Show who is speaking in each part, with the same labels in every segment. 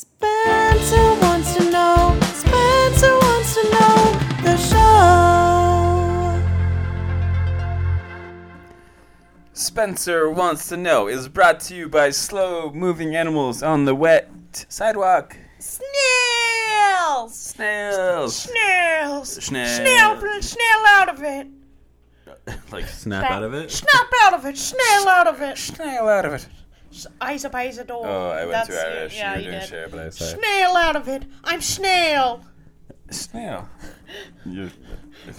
Speaker 1: Spencer wants to know. Spencer wants to know the show.
Speaker 2: Spencer Wants to Know is brought to you by Slow Moving Animals on the Wet Sidewalk.
Speaker 1: Snails.
Speaker 2: Snails.
Speaker 1: Snails.
Speaker 2: Snail.
Speaker 1: Snail. Snail out of it.
Speaker 2: like,
Speaker 3: Snap out of it.
Speaker 1: Snap out of it. Snail out of it.
Speaker 2: snail out of it.
Speaker 1: Eyes up, eyes door.
Speaker 2: Oh, I went to
Speaker 1: That's-
Speaker 2: Irish.
Speaker 1: Yeah,
Speaker 2: you
Speaker 1: you
Speaker 2: were doing
Speaker 1: did.
Speaker 2: share, but I was sorry.
Speaker 1: Snail out of it. I'm snail.
Speaker 2: Snail. You- sure.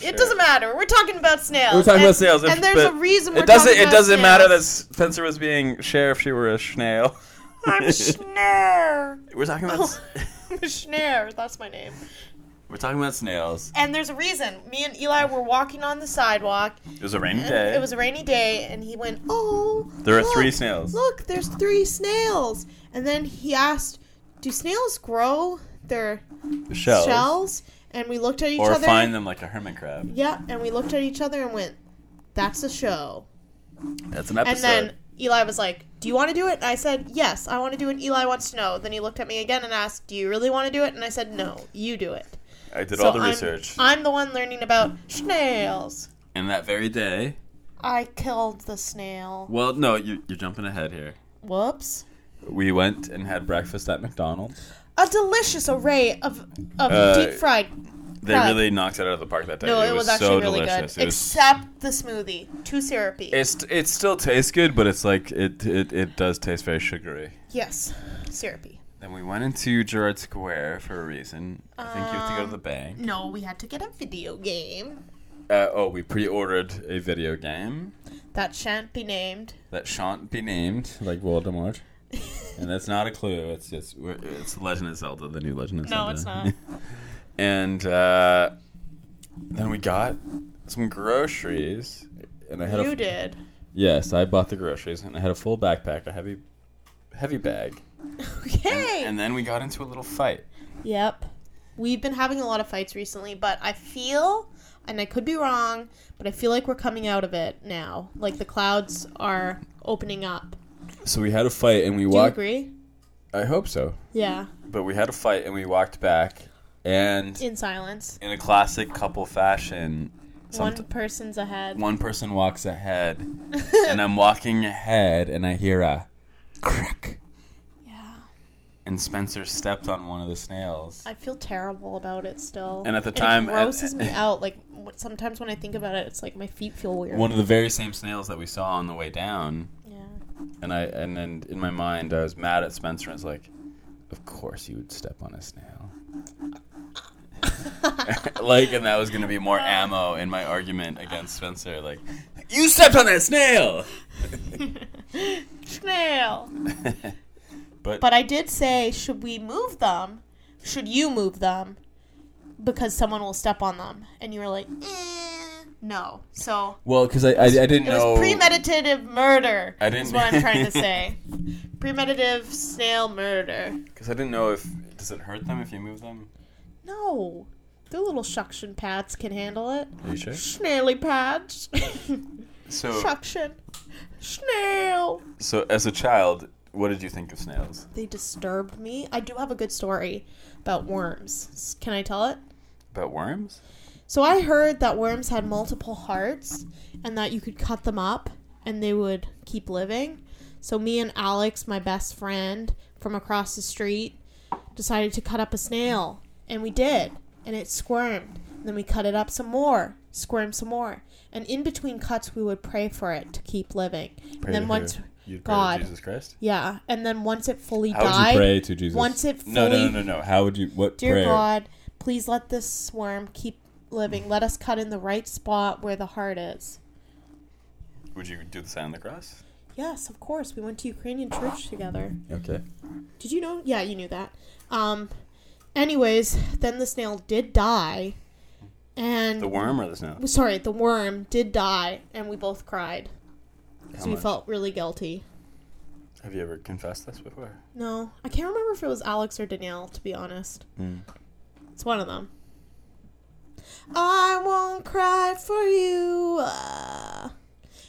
Speaker 1: It doesn't matter. We're talking about snails.
Speaker 2: We're talking
Speaker 1: and,
Speaker 2: about snails.
Speaker 1: And
Speaker 2: if-
Speaker 1: there's
Speaker 2: but
Speaker 1: a reason we're
Speaker 2: It doesn't.
Speaker 1: talking
Speaker 2: It
Speaker 1: about
Speaker 2: doesn't matter that
Speaker 1: snails.
Speaker 2: Spencer was being share if she were a snail.
Speaker 1: I'm oh. snail.
Speaker 2: We're talking about. s-
Speaker 1: Schneer, that's my name.
Speaker 2: We're talking about snails.
Speaker 1: And there's a reason. Me and Eli were walking on the sidewalk.
Speaker 2: It was a rainy
Speaker 1: and
Speaker 2: day.
Speaker 1: It was a rainy day, and he went, "Oh,
Speaker 2: There are
Speaker 1: look,
Speaker 2: three snails.
Speaker 1: Look, there's three snails." And then he asked, "Do snails grow their
Speaker 2: Shells.
Speaker 1: shells?" And we looked at each
Speaker 2: Or
Speaker 1: other.
Speaker 2: find them like a hermit crab.
Speaker 1: Yeah, and we looked at each other and went, "That's a show."
Speaker 2: That's an
Speaker 1: And
Speaker 2: episode.
Speaker 1: then Eli was like, "Do you want to do it?" And I said, "Yes, I want to do it." Eli wants to know. Then he looked at me again and asked, "Do you really want to do it?" And I said, "No, you do it."
Speaker 2: I did
Speaker 1: So
Speaker 2: all the
Speaker 1: I'm-
Speaker 2: research.
Speaker 1: I'm, the one learning about snails.
Speaker 2: and that very day.
Speaker 1: I killed the snail.
Speaker 2: Well, no, you, you're jumping ahead here.
Speaker 1: Whoops.
Speaker 2: We went and had breakfast at McDonald's.
Speaker 1: A delicious array of of
Speaker 2: Uh,
Speaker 1: deep fried.
Speaker 2: They
Speaker 1: Crab.
Speaker 2: really knocked it out of the park that day.
Speaker 1: No, it, was, actually
Speaker 2: so
Speaker 1: really
Speaker 2: delicious.
Speaker 1: good,
Speaker 2: It was,
Speaker 1: except the smoothie, too syrupy.
Speaker 2: it's it still tastes good, but it's like it it, it does taste very sugary.
Speaker 1: yes, syrupy.
Speaker 2: Then we went into Gerard Square for a reason. I think you have to
Speaker 1: Um,
Speaker 2: go to the bank.
Speaker 1: No, we had to get a video game
Speaker 2: Uh, oh, we pre-ordered a video game
Speaker 1: that shan't be named.
Speaker 2: that shan't be named, like Voldemort. and that's not a clue. It's just we're- it's Legend of Zelda, the new Legend of Zelda.
Speaker 1: No, it's not.
Speaker 2: and uh, then we got some groceries. And I had a
Speaker 1: you did.
Speaker 2: yes, I bought the groceries, and I had a full backpack, a heavy, heavy bag.
Speaker 1: Okay.
Speaker 2: And then we got into a little fight.
Speaker 1: Yep. We've been having a lot of fights recently, but I feel, and I could be wrong, but I feel like we're coming out of it now. Like the clouds are opening up.
Speaker 2: So we had a fight, and we
Speaker 1: Do you
Speaker 2: walked.
Speaker 1: agree?
Speaker 2: I hope so.
Speaker 1: Yeah.
Speaker 2: But we had a fight, and we walked back, and
Speaker 1: In silence.
Speaker 2: in a classic couple fashion, somet-
Speaker 1: One person's ahead.
Speaker 2: one person walks ahead, and I'm walking ahead, and I hear a crack.
Speaker 1: Yeah.
Speaker 2: And Spencer stepped on one of the snails.
Speaker 1: I feel terrible about it still.
Speaker 2: And at the time-
Speaker 1: it grosses me out. Like w- sometimes when I think about it, it's like my feet feel weird.
Speaker 2: one of the very same snails that we saw on the way down.
Speaker 1: yeah.
Speaker 2: And I and then in my mind I was mad at Spencer and was like, Of course you would step on a snail. like and that was gonna be more ammo in my argument against Spencer, like You stepped on that snail
Speaker 1: Snail.
Speaker 2: But,
Speaker 1: But I did say, should we move them? Should you move them? Because someone will step on them. And you were like, eh, no. So
Speaker 2: well, because I, I I didn't
Speaker 1: it
Speaker 2: know
Speaker 1: was premeditative murder.
Speaker 2: I
Speaker 1: Is
Speaker 2: didn't-
Speaker 1: what I'm trying to say. premeditative snail murder.
Speaker 2: because I didn't know if does it hurt them if you move them.
Speaker 1: No, the little suction pads can handle it.
Speaker 2: Are you sure?
Speaker 1: Snaily pads.
Speaker 2: So
Speaker 1: suction. Snail.
Speaker 2: so as a child, what did you think of snails?
Speaker 1: They disturbed me. I do have a good story about worms. S- Can I tell it?
Speaker 2: About worms?
Speaker 1: So I heard that worms had multiple hearts and that you could cut them up and they would keep living. So me and Alex, my best friend from across the street, decided to cut up a snail and we did. And it squirmed. And then we cut it up some more, squirmed some more. And in between cuts we would pray for it to keep living. and then once God.
Speaker 2: Jesus Christ.
Speaker 1: Yeah, and then once it fully
Speaker 2: How would you
Speaker 1: died,
Speaker 3: Pray to Jesus.
Speaker 1: once it fully
Speaker 2: No, no, no, no, no. How would you? What
Speaker 1: Dear
Speaker 2: prayer?
Speaker 1: God, please let this worm keep living. Let us cut in the right spot where the heart is.
Speaker 2: Would you do the sign of the cross?
Speaker 1: Yes, of course. We went to Ukrainian church together.
Speaker 2: Okay.
Speaker 1: Did you know? Yeah, you knew that. Um anyways, then the snail did die and
Speaker 2: The worm or the snail?
Speaker 1: sorry, the worm did die and we both cried.
Speaker 2: How
Speaker 1: So we
Speaker 2: much?
Speaker 1: felt really guilty.
Speaker 2: Have you ever confessed this before?
Speaker 1: No, I can't remember if it was Alex or Danielle, to be honest.
Speaker 2: Mm.
Speaker 1: It's one of them. I won't cry for you. uh,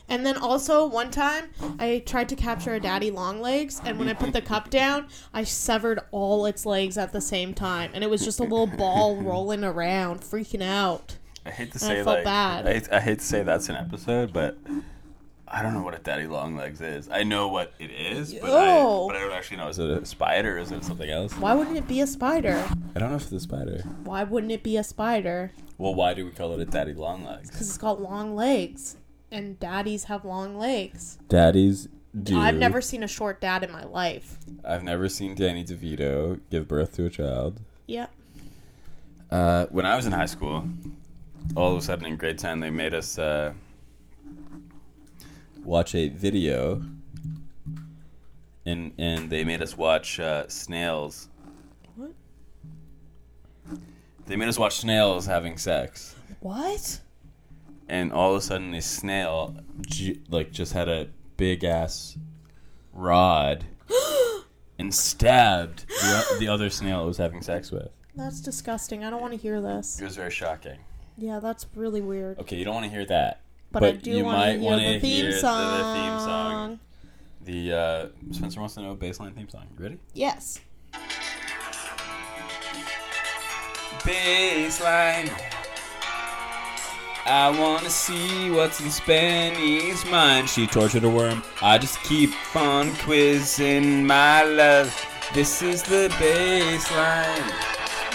Speaker 1: And then also one time I tried to capture a daddy long legs, and when I put the cup down, I severed all its legs at the same time, and it was just a little ball rolling around, freaking out.
Speaker 2: I hate to
Speaker 1: And I
Speaker 2: say
Speaker 1: felt
Speaker 2: like
Speaker 1: bad.
Speaker 2: I, hate- I hate to say that's an episode, but I don't know what a daddy long legs is. I know what it is, but, I,
Speaker 1: Yo.
Speaker 2: but I don't actually know. Is it a spider or is it something else?
Speaker 1: Why wouldn't it be a spider?
Speaker 2: I don't know if it's a spider.
Speaker 1: Why wouldn't it be a spider?
Speaker 2: Well, why do we call it a daddy long legs?
Speaker 1: Because it's got long legs, and daddies have long legs.
Speaker 2: Daddies do.
Speaker 1: I've never seen a short dad in my life.
Speaker 2: I've never seen Danny DeVito give birth to a child.
Speaker 1: Yep.
Speaker 2: Uh, when I was in high school, all of a sudden in grade 10, they made us uh, watch a video. And, and they made us watch uh, snails.
Speaker 1: What?
Speaker 2: They made us watch snails having sex.
Speaker 1: What?
Speaker 2: And all of a sudden, this snail ju- like just had a big ass rod and stabbed the, o- the other snail it was having sex with.
Speaker 1: That's disgusting. I don't want to hear this.
Speaker 2: It was very shocking.
Speaker 1: Yeah, that's really weird.
Speaker 2: Okay, you don't want to hear that.
Speaker 1: But, I
Speaker 2: Uh, But
Speaker 1: do
Speaker 2: you
Speaker 1: want to
Speaker 2: might
Speaker 1: hear
Speaker 2: wanna
Speaker 1: the theme,
Speaker 2: hear the- the theme
Speaker 1: song.
Speaker 2: song. The uh, Spencer wants to know baseline theme song. You ready?
Speaker 1: Yes.
Speaker 2: Baseline. I wanna see what's in Spenny's mind. She tortured a worm. I just keep on quizzing my love. This is the baseline.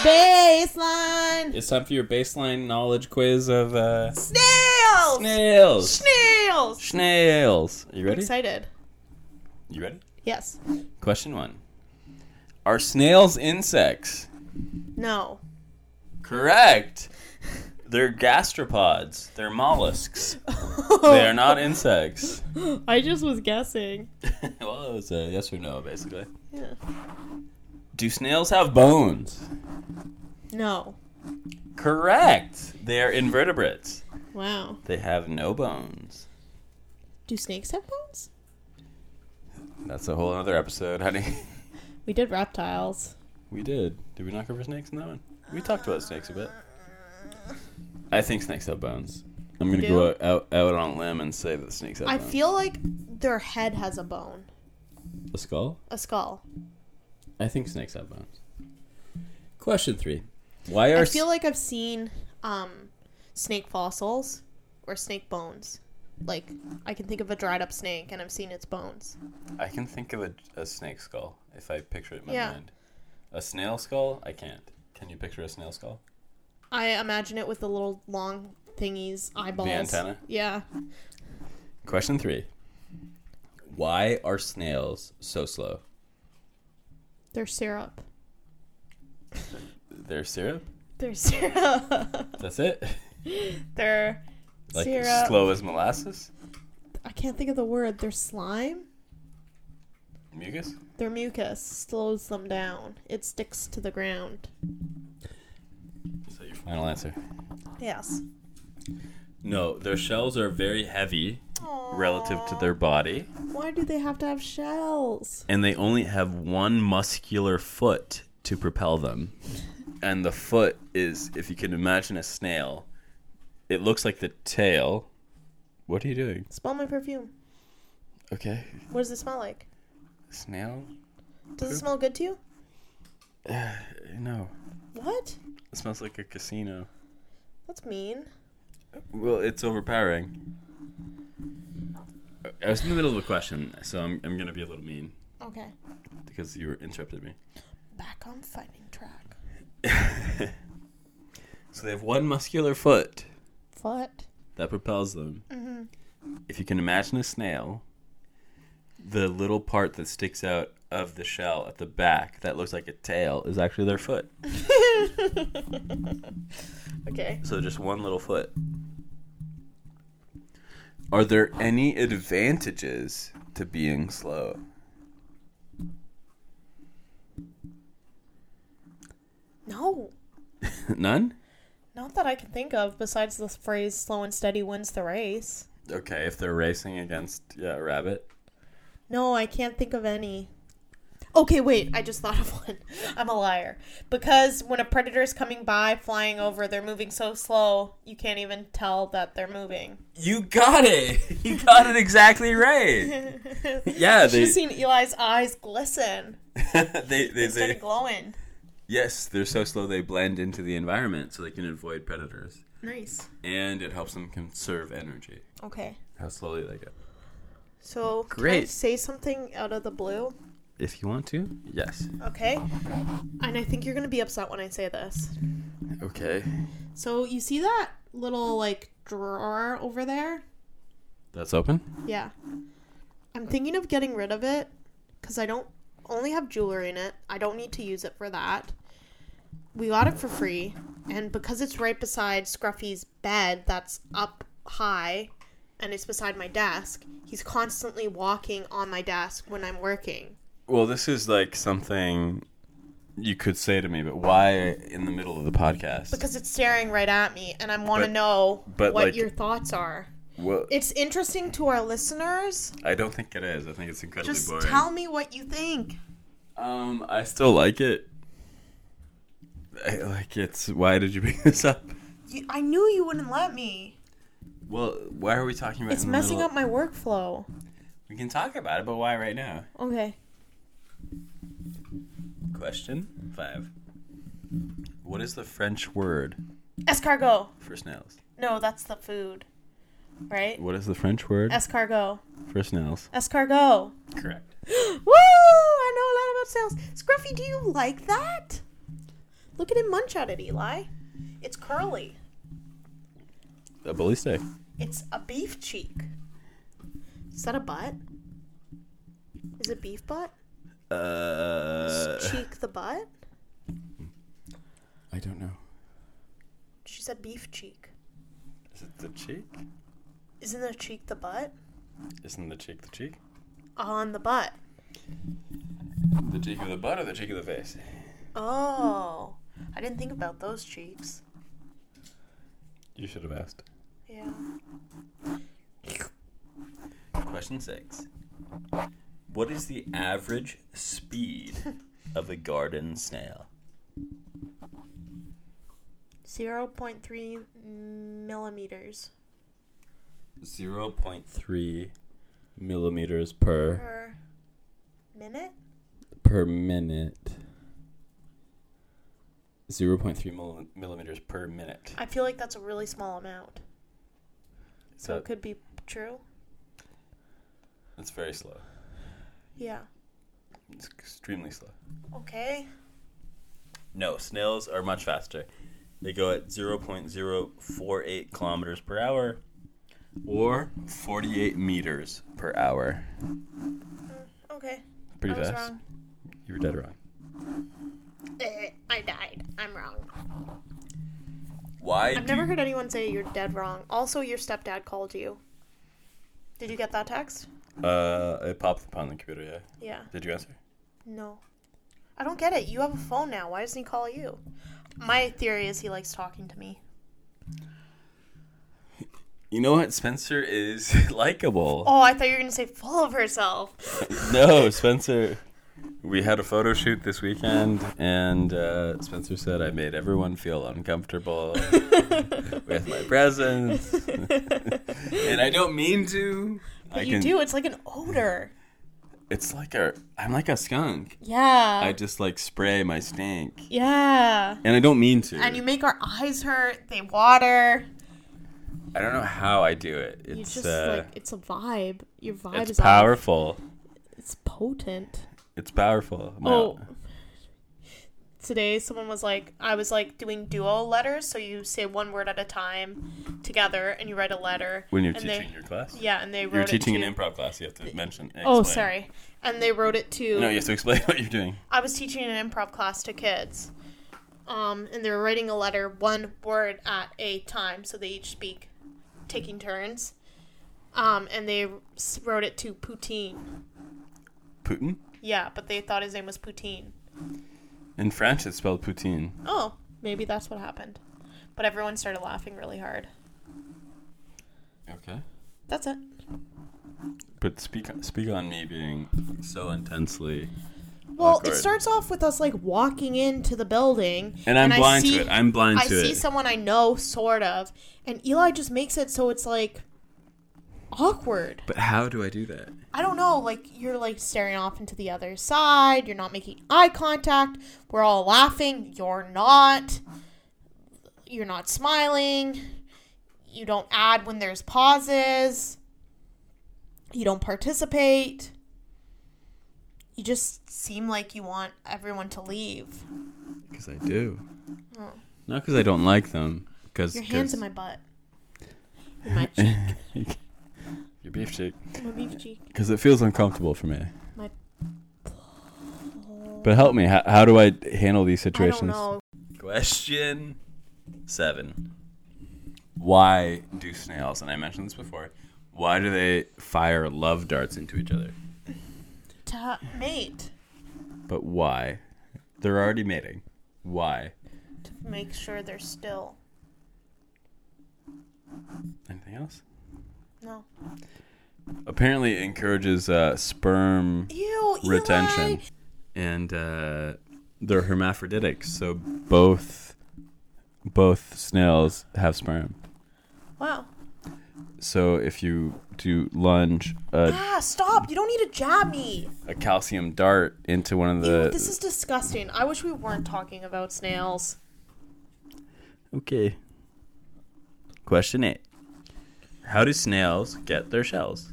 Speaker 1: Baseline.
Speaker 2: It's time for your baseline knowledge quiz of uh,
Speaker 1: Snails.
Speaker 2: snails.
Speaker 1: Snails.
Speaker 2: Snails. You ready?
Speaker 1: Excited.
Speaker 2: You ready?
Speaker 1: Yes.
Speaker 2: Question one. Are snails insects?
Speaker 1: No.
Speaker 2: Correct. They're gastropods. They're mollusks.
Speaker 1: Oh.
Speaker 2: They are not insects.
Speaker 1: I just was guessing.
Speaker 2: well, it's a yes or no, basically.
Speaker 1: Yeah.
Speaker 2: Do snails have bones?
Speaker 1: No.
Speaker 2: Correct. They are invertebrates.
Speaker 1: Wow.
Speaker 2: They have no bones.
Speaker 1: Do snakes have bones?
Speaker 2: That's a whole other episode, honey.
Speaker 1: We did reptiles.
Speaker 2: We did. Did we not cover snakes in that one? We talked about snakes a bit. I think snakes have bones. I'm gonna
Speaker 1: You
Speaker 2: go out, out, out on a limb and say that snakes have
Speaker 1: I
Speaker 2: bones.
Speaker 1: feel like their head has a bone,
Speaker 2: a skull.
Speaker 1: a skull.
Speaker 2: I think snakes have bones. Question three: Why are
Speaker 1: I feel like I've seen um, snake fossils or snake bones. Like I can think of a dried up snake and I've seen its bones.
Speaker 2: I can think of a, a snake skull if I picture it in my
Speaker 1: Yeah.
Speaker 2: mind. A snail skull, I can't. Can you picture a snail skull?
Speaker 1: I imagine it with the little long thingies, eyeballs.
Speaker 2: antenna?
Speaker 1: Yeah.
Speaker 2: Question three: Why are snails so slow?
Speaker 1: They're syrup.
Speaker 2: They're syrup.
Speaker 1: They're syrup.
Speaker 2: That's it.
Speaker 1: They're
Speaker 2: like
Speaker 1: syrup.
Speaker 2: slow as molasses.
Speaker 1: I can't think of the word. They're slime.
Speaker 2: Mucus.
Speaker 1: Their mucus slows them down. It sticks to the ground.
Speaker 2: So your final answer.
Speaker 1: Yes.
Speaker 2: No, their shells are very heavy relative to their body,
Speaker 1: Why do they have to have shells?
Speaker 2: and they only have one muscular foot to propel them. And the foot is, if you can imagine a snail, it looks like the tail. What are you doing?
Speaker 1: Smell my perfume.
Speaker 2: Okay,
Speaker 1: What does it smell like?
Speaker 2: snail.
Speaker 1: Does it smell good to you?
Speaker 2: No,
Speaker 1: What?
Speaker 2: it smells like a casino.
Speaker 1: That's mean.
Speaker 2: Well, it's overpowering. I was in the middle of a question, so I'm, I'm gonna be a little mean
Speaker 1: Okay.
Speaker 2: because you interrupted me.
Speaker 1: Back on fighting track.
Speaker 2: So they have one muscular foot
Speaker 1: Foot.
Speaker 2: that propels them. If you can imagine a snail, the little part that sticks out of the shell at the back that looks like a tail is actually their foot.
Speaker 1: Okay.
Speaker 2: So just one little foot. Are there any advantages to being slow?
Speaker 1: No.
Speaker 2: None?
Speaker 1: Not that I can think of, besides the phrase slow and steady wins the race.
Speaker 2: Okay, if they're racing against yeah, a rabbit.
Speaker 1: No, I can't think of any. Okay, wait, I just thought of one. I'm a liar. Because when a predator is coming by, flying over, they're moving so slow, you can't even tell that they're moving.
Speaker 2: You got it. You got it exactly right. Yeah,
Speaker 1: You
Speaker 2: they,
Speaker 1: should've seen Eli's eyes glisten.
Speaker 2: they, they,
Speaker 1: They started
Speaker 2: they,
Speaker 1: glowing.
Speaker 2: yes, they're so slow they blend into the environment so they can avoid predators.
Speaker 1: Nice.
Speaker 2: And it helps them conserve energy.
Speaker 1: Okay.
Speaker 2: How slowly they go.
Speaker 1: So, can I
Speaker 2: Great.
Speaker 1: say something out of the blue?
Speaker 2: If you want to, yes.
Speaker 1: Okay. And I think you're going to be upset when I say this.
Speaker 2: Okay.
Speaker 1: So, you see that little, like, drawer over there?
Speaker 2: That's open?
Speaker 1: Yeah. I'm thinking of getting rid of it because I don't only have jewelry in it. I don't need to use it for that. We got it for free. And because it's right beside Scruffy's bed that's up high and it's beside my desk, he's constantly walking on my desk when I'm working.
Speaker 2: Well, this is like something you could say to me, but why in the middle of the podcast?
Speaker 1: Because it's staring right at me and I want to
Speaker 2: But-
Speaker 1: know
Speaker 2: but,
Speaker 1: what
Speaker 2: like-
Speaker 1: your thoughts are.
Speaker 2: well,
Speaker 1: It's interesting to our listeners.
Speaker 2: I don't think it is. I think it's incredibly
Speaker 1: Just
Speaker 2: boring.
Speaker 1: tell me what you think.
Speaker 2: um, I still like it. I, like it's. Why did you bring this up?
Speaker 1: You, I knew you wouldn't let me.
Speaker 2: Well, why are we talking about?
Speaker 1: It's messing up my workflow.
Speaker 2: We can talk about it, but why right now?
Speaker 1: Okay.
Speaker 2: Question five. What is the French word
Speaker 1: Escargot.
Speaker 2: for snails?
Speaker 1: No, that's the food. Right?
Speaker 2: What is the French word
Speaker 1: Escargot.
Speaker 2: for snails?
Speaker 1: Escargot.
Speaker 2: Correct.
Speaker 1: Woo! I know a lot about snails. Scruffy, do you like that? Look at him munch at it, Eli. It's curly.
Speaker 2: A bully steak.
Speaker 1: It's a beef cheek. Is that a butt? Is it beef butt?
Speaker 2: Uh,
Speaker 1: cheek the butt?
Speaker 2: I don't know.
Speaker 1: She said beef cheek.
Speaker 2: Is it the cheek?
Speaker 1: Isn't the cheek the butt?
Speaker 2: Isn't the cheek the cheek?
Speaker 1: On the butt.
Speaker 2: The cheek of the butt or the cheek of the face?
Speaker 1: Oh. I didn't think about those cheeks.
Speaker 2: You should have asked.
Speaker 1: Yeah.
Speaker 2: Question six. What is the average speed of a garden snail?
Speaker 1: 0.3 millimeters
Speaker 2: 0.3 millimeters per
Speaker 1: per minute?
Speaker 2: per minute. 0.3 mil- millimeters per minute.
Speaker 1: I feel like that's a really small amount. So
Speaker 2: So
Speaker 1: it could be true.
Speaker 2: it's very slow.
Speaker 1: Yeah.
Speaker 2: It's extremely slow.
Speaker 1: Okay.
Speaker 2: No, snails are much faster. They go at 0.048 kilometers per hour or 48 meters per hour.
Speaker 1: Okay.
Speaker 2: Pretty
Speaker 1: I was
Speaker 2: fast.
Speaker 1: wrong.
Speaker 2: You were dead wrong.
Speaker 1: Eh, I died. I'm wrong.
Speaker 2: Why
Speaker 1: I've
Speaker 2: do
Speaker 1: never heard anyone say you're dead wrong. Also, your stepdad called you. Did you get that text?
Speaker 2: Uh, it popped up on the computer, yeah.
Speaker 1: Yeah.
Speaker 2: Did you answer?
Speaker 1: No. I don't get it. You have a phone now. Why doesn't he call you? My theory is he likes talking to me.
Speaker 2: You know what? Spencer is likable.
Speaker 1: Oh, I thought you were going to say full of herself.
Speaker 2: No, Spencer. We had a photo shoot this weekend, and uh, Spencer said I made everyone feel uncomfortable with my presence. and I don't mean to. I
Speaker 1: you do. It's like an odor.
Speaker 2: It's like a. I'm like a skunk.
Speaker 1: Yeah.
Speaker 2: I just like spray my stink,
Speaker 1: yeah.
Speaker 2: and I don't mean to.
Speaker 1: And you make our eyes hurt. They water.
Speaker 2: I don't know how I do it.
Speaker 1: You
Speaker 2: It's
Speaker 1: just
Speaker 2: uh,
Speaker 1: like it's a vibe. Your vibe
Speaker 2: it's
Speaker 1: is powerful.
Speaker 2: powerful.
Speaker 1: It's potent.
Speaker 2: It's powerful. My-
Speaker 1: Oh. Today, someone was like, I was like doing duo letters, so you say one word at a time together, and you write a letter.
Speaker 2: When you're
Speaker 1: and
Speaker 2: teaching
Speaker 1: they,
Speaker 2: your class?
Speaker 1: yeah, and they wrote
Speaker 2: You're teaching
Speaker 1: it to,
Speaker 2: an improv class, you have to mention. Explain.
Speaker 1: Oh, sorry. And they wrote it to.
Speaker 2: No, you have to explain what you're doing.
Speaker 1: I was teaching an improv class to kids, um, and they were writing a letter one word at a time, so they each speak, taking turns, um, and they s- wrote it to Poutine.
Speaker 2: Putin?
Speaker 1: Yeah, but they thought his name was Poutine.
Speaker 2: In French, it's spelled poutine.
Speaker 1: Oh, maybe that's what happened. But everyone started laughing really hard.
Speaker 2: Okay.
Speaker 1: That's it.
Speaker 2: But speak speak on me being so intensely
Speaker 1: Well,
Speaker 2: awkward.
Speaker 1: it starts off with us like walking into the building,
Speaker 2: And I'm
Speaker 1: I
Speaker 2: blind
Speaker 1: see-
Speaker 2: to it. I'm blind
Speaker 1: I
Speaker 2: to
Speaker 1: see
Speaker 2: it.
Speaker 1: someone I know, sort of, and Eli just makes it so it's like awkward.
Speaker 2: but how do I do that?
Speaker 1: I don't know, like you're like staring off into the other side, you're not making eye contact, we're all laughing, you're not. You're not smiling. You don't add when there's pauses. You don't participate. You just seem like you want everyone to leave.
Speaker 2: Because I do. Not because I don't like them. Because
Speaker 1: Oh. Your hands in my butt. In my cheek.
Speaker 2: Your beef cheek.
Speaker 1: My beef cheek.
Speaker 2: Because it feels uncomfortable for me.
Speaker 1: My
Speaker 2: But help me. How, how do I handle these
Speaker 1: I
Speaker 2: situations?
Speaker 1: don't know.
Speaker 2: Question seven. Why do snails, and I mentioned this before, why do they fire love darts into each other?
Speaker 1: Ta- mate.
Speaker 2: But why? They're already mating. Why?
Speaker 1: To make sure they're still.
Speaker 2: Anything else?
Speaker 1: No.
Speaker 2: Apparently, it encourages uh, sperm
Speaker 1: Ew,
Speaker 2: retention.
Speaker 1: Eli.
Speaker 2: And uh, they're hermaphroditic, so both both snails have sperm.
Speaker 1: Wow.
Speaker 2: So if you do lunge a,
Speaker 1: Ah, stop. You don't need to jab me.
Speaker 2: a calcium dart into one of the
Speaker 1: Ew, this is disgusting. I wish we weren't talking about snails.
Speaker 2: Okay. Question eight. How do snails get their shells?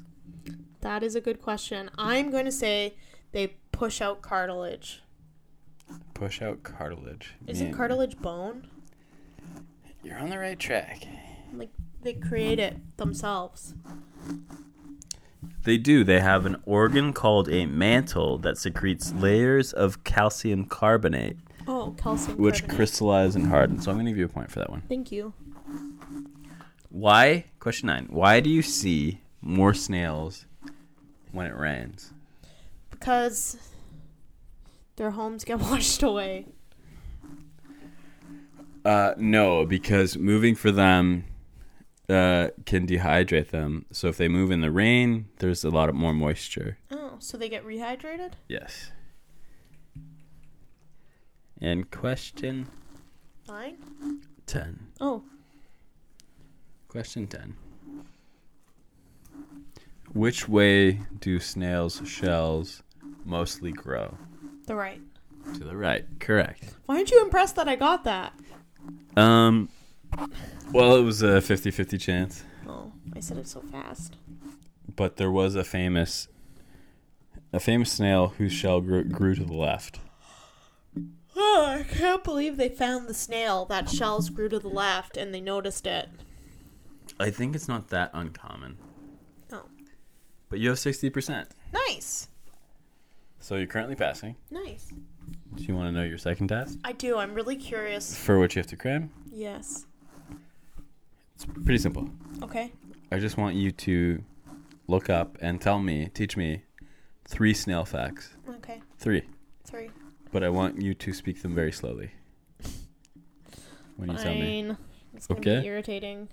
Speaker 1: That is a good question. I'm going to say they push out cartilage.
Speaker 2: Push out cartilage.
Speaker 1: Isn't
Speaker 2: Man,
Speaker 1: cartilage bone?
Speaker 2: You're on the right track.
Speaker 1: Like, they create it themselves.
Speaker 2: They do. They have an organ called a mantle that secretes layers of calcium carbonate,
Speaker 1: Oh, calcium.
Speaker 2: which
Speaker 1: carbonate.
Speaker 2: crystallize and harden. So I'm going to give you a point for that one.
Speaker 1: Thank you.
Speaker 2: Why? Question nine. Why do you see more snails when it rains?
Speaker 1: Because their homes get washed away.
Speaker 2: Uh, no, because moving for them uh, can dehydrate them. So if they move in the rain, there's a lot of more moisture.
Speaker 1: Oh, so they get rehydrated?
Speaker 2: Yes. And question
Speaker 1: Fine.
Speaker 2: 10.
Speaker 1: Oh,
Speaker 2: Question 10. Which way do snails' shells mostly grow?
Speaker 1: the right.
Speaker 2: To the right. Correct.
Speaker 1: Why aren't you impressed that I got that?
Speaker 2: Um well, it was a 50-50 chance.
Speaker 1: Oh, I said it so fast.
Speaker 2: but there was a famous a famous snail whose shell grew, grew to the left.
Speaker 1: Oh, I can't believe they found the snail. That shells grew to the left and they noticed it.
Speaker 2: I think it's not that uncommon,
Speaker 1: Oh,
Speaker 2: but you have 60%.
Speaker 1: nice.
Speaker 2: So you're currently passing.
Speaker 1: Nice.
Speaker 2: Do you want to know your second task?
Speaker 1: I do. I'm really curious.
Speaker 2: For which you have to cram?
Speaker 1: Yes.
Speaker 2: It's pretty simple.
Speaker 1: Okay.
Speaker 2: I just want you to look up and tell me, teach me three snail facts.
Speaker 1: Okay.
Speaker 2: Three.
Speaker 1: Three.
Speaker 2: But I want you to speak them very slowly. When you tell me.
Speaker 1: Fine. It's going to
Speaker 2: Okay.
Speaker 1: be irritating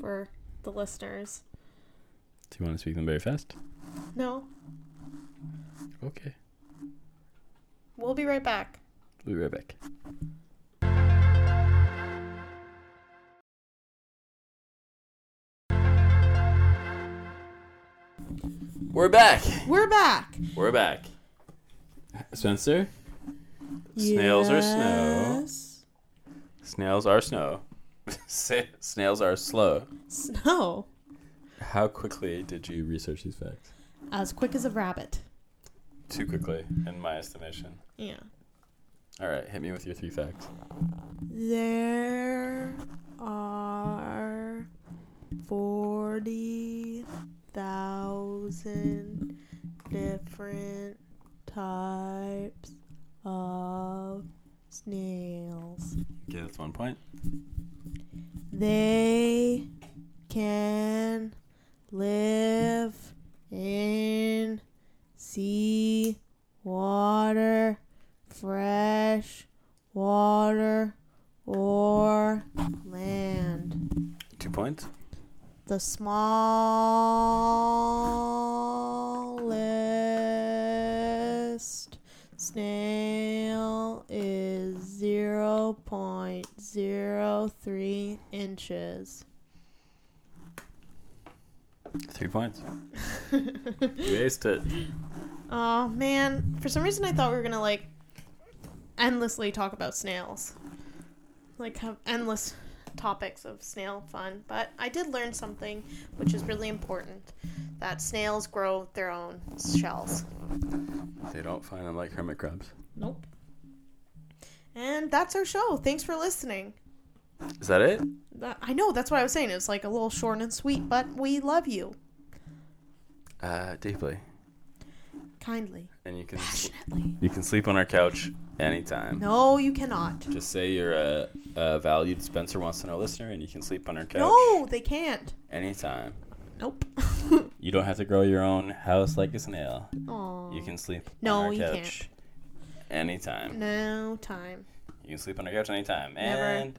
Speaker 1: for the listeners.
Speaker 2: Do you want to speak them very fast?
Speaker 1: No.
Speaker 2: Okay.
Speaker 1: We'll be right back.
Speaker 2: We'll be right back. We're back.
Speaker 1: We're back.
Speaker 2: We're back. Spencer, Snails are snow.
Speaker 1: Yes.
Speaker 2: snails are snow. Sa- snails are slow.
Speaker 1: Snow.
Speaker 2: How quickly did you research these facts?
Speaker 1: As quick as a rabbit.
Speaker 2: Too quickly, in my estimation.
Speaker 1: Yeah.
Speaker 2: All right, hit me with your three facts.
Speaker 1: There are 40,000 different types of snails.
Speaker 2: Okay, that's one point.
Speaker 1: They can live in sea water, fresh water, or land.
Speaker 2: Two points.
Speaker 1: The smallest snail is 0.03 inches.
Speaker 2: Three points. Waste it.
Speaker 1: Oh man, for some reason I thought we were gonna like endlessly talk about snails. Like have endless topics of snail fun, but I did learn something which is really important. That snails grow their own shells.
Speaker 2: They don't find them like hermit crabs.
Speaker 1: Nope. And that's our show. Thanks for listening.
Speaker 2: Is that it?
Speaker 1: That- I know that's what I was saying. It was like a little short and sweet, but we love you
Speaker 2: Uh, deeply.
Speaker 1: kindly,
Speaker 2: And you can
Speaker 1: passionately.
Speaker 2: you can sleep on our couch anytime.
Speaker 1: No, you cannot.
Speaker 2: Just say you're a, a valued Spencer wants to know listener, and you can sleep on our couch
Speaker 1: No, they can't.
Speaker 2: anytime.
Speaker 1: Nope.
Speaker 2: You don't have to grow your own house like a snail.
Speaker 1: Aw.
Speaker 2: You can sleep
Speaker 1: No,
Speaker 2: on our
Speaker 1: you can't.
Speaker 2: couch anytime.
Speaker 1: No time.
Speaker 2: You can sleep on our couch anytime.
Speaker 1: Never.
Speaker 2: And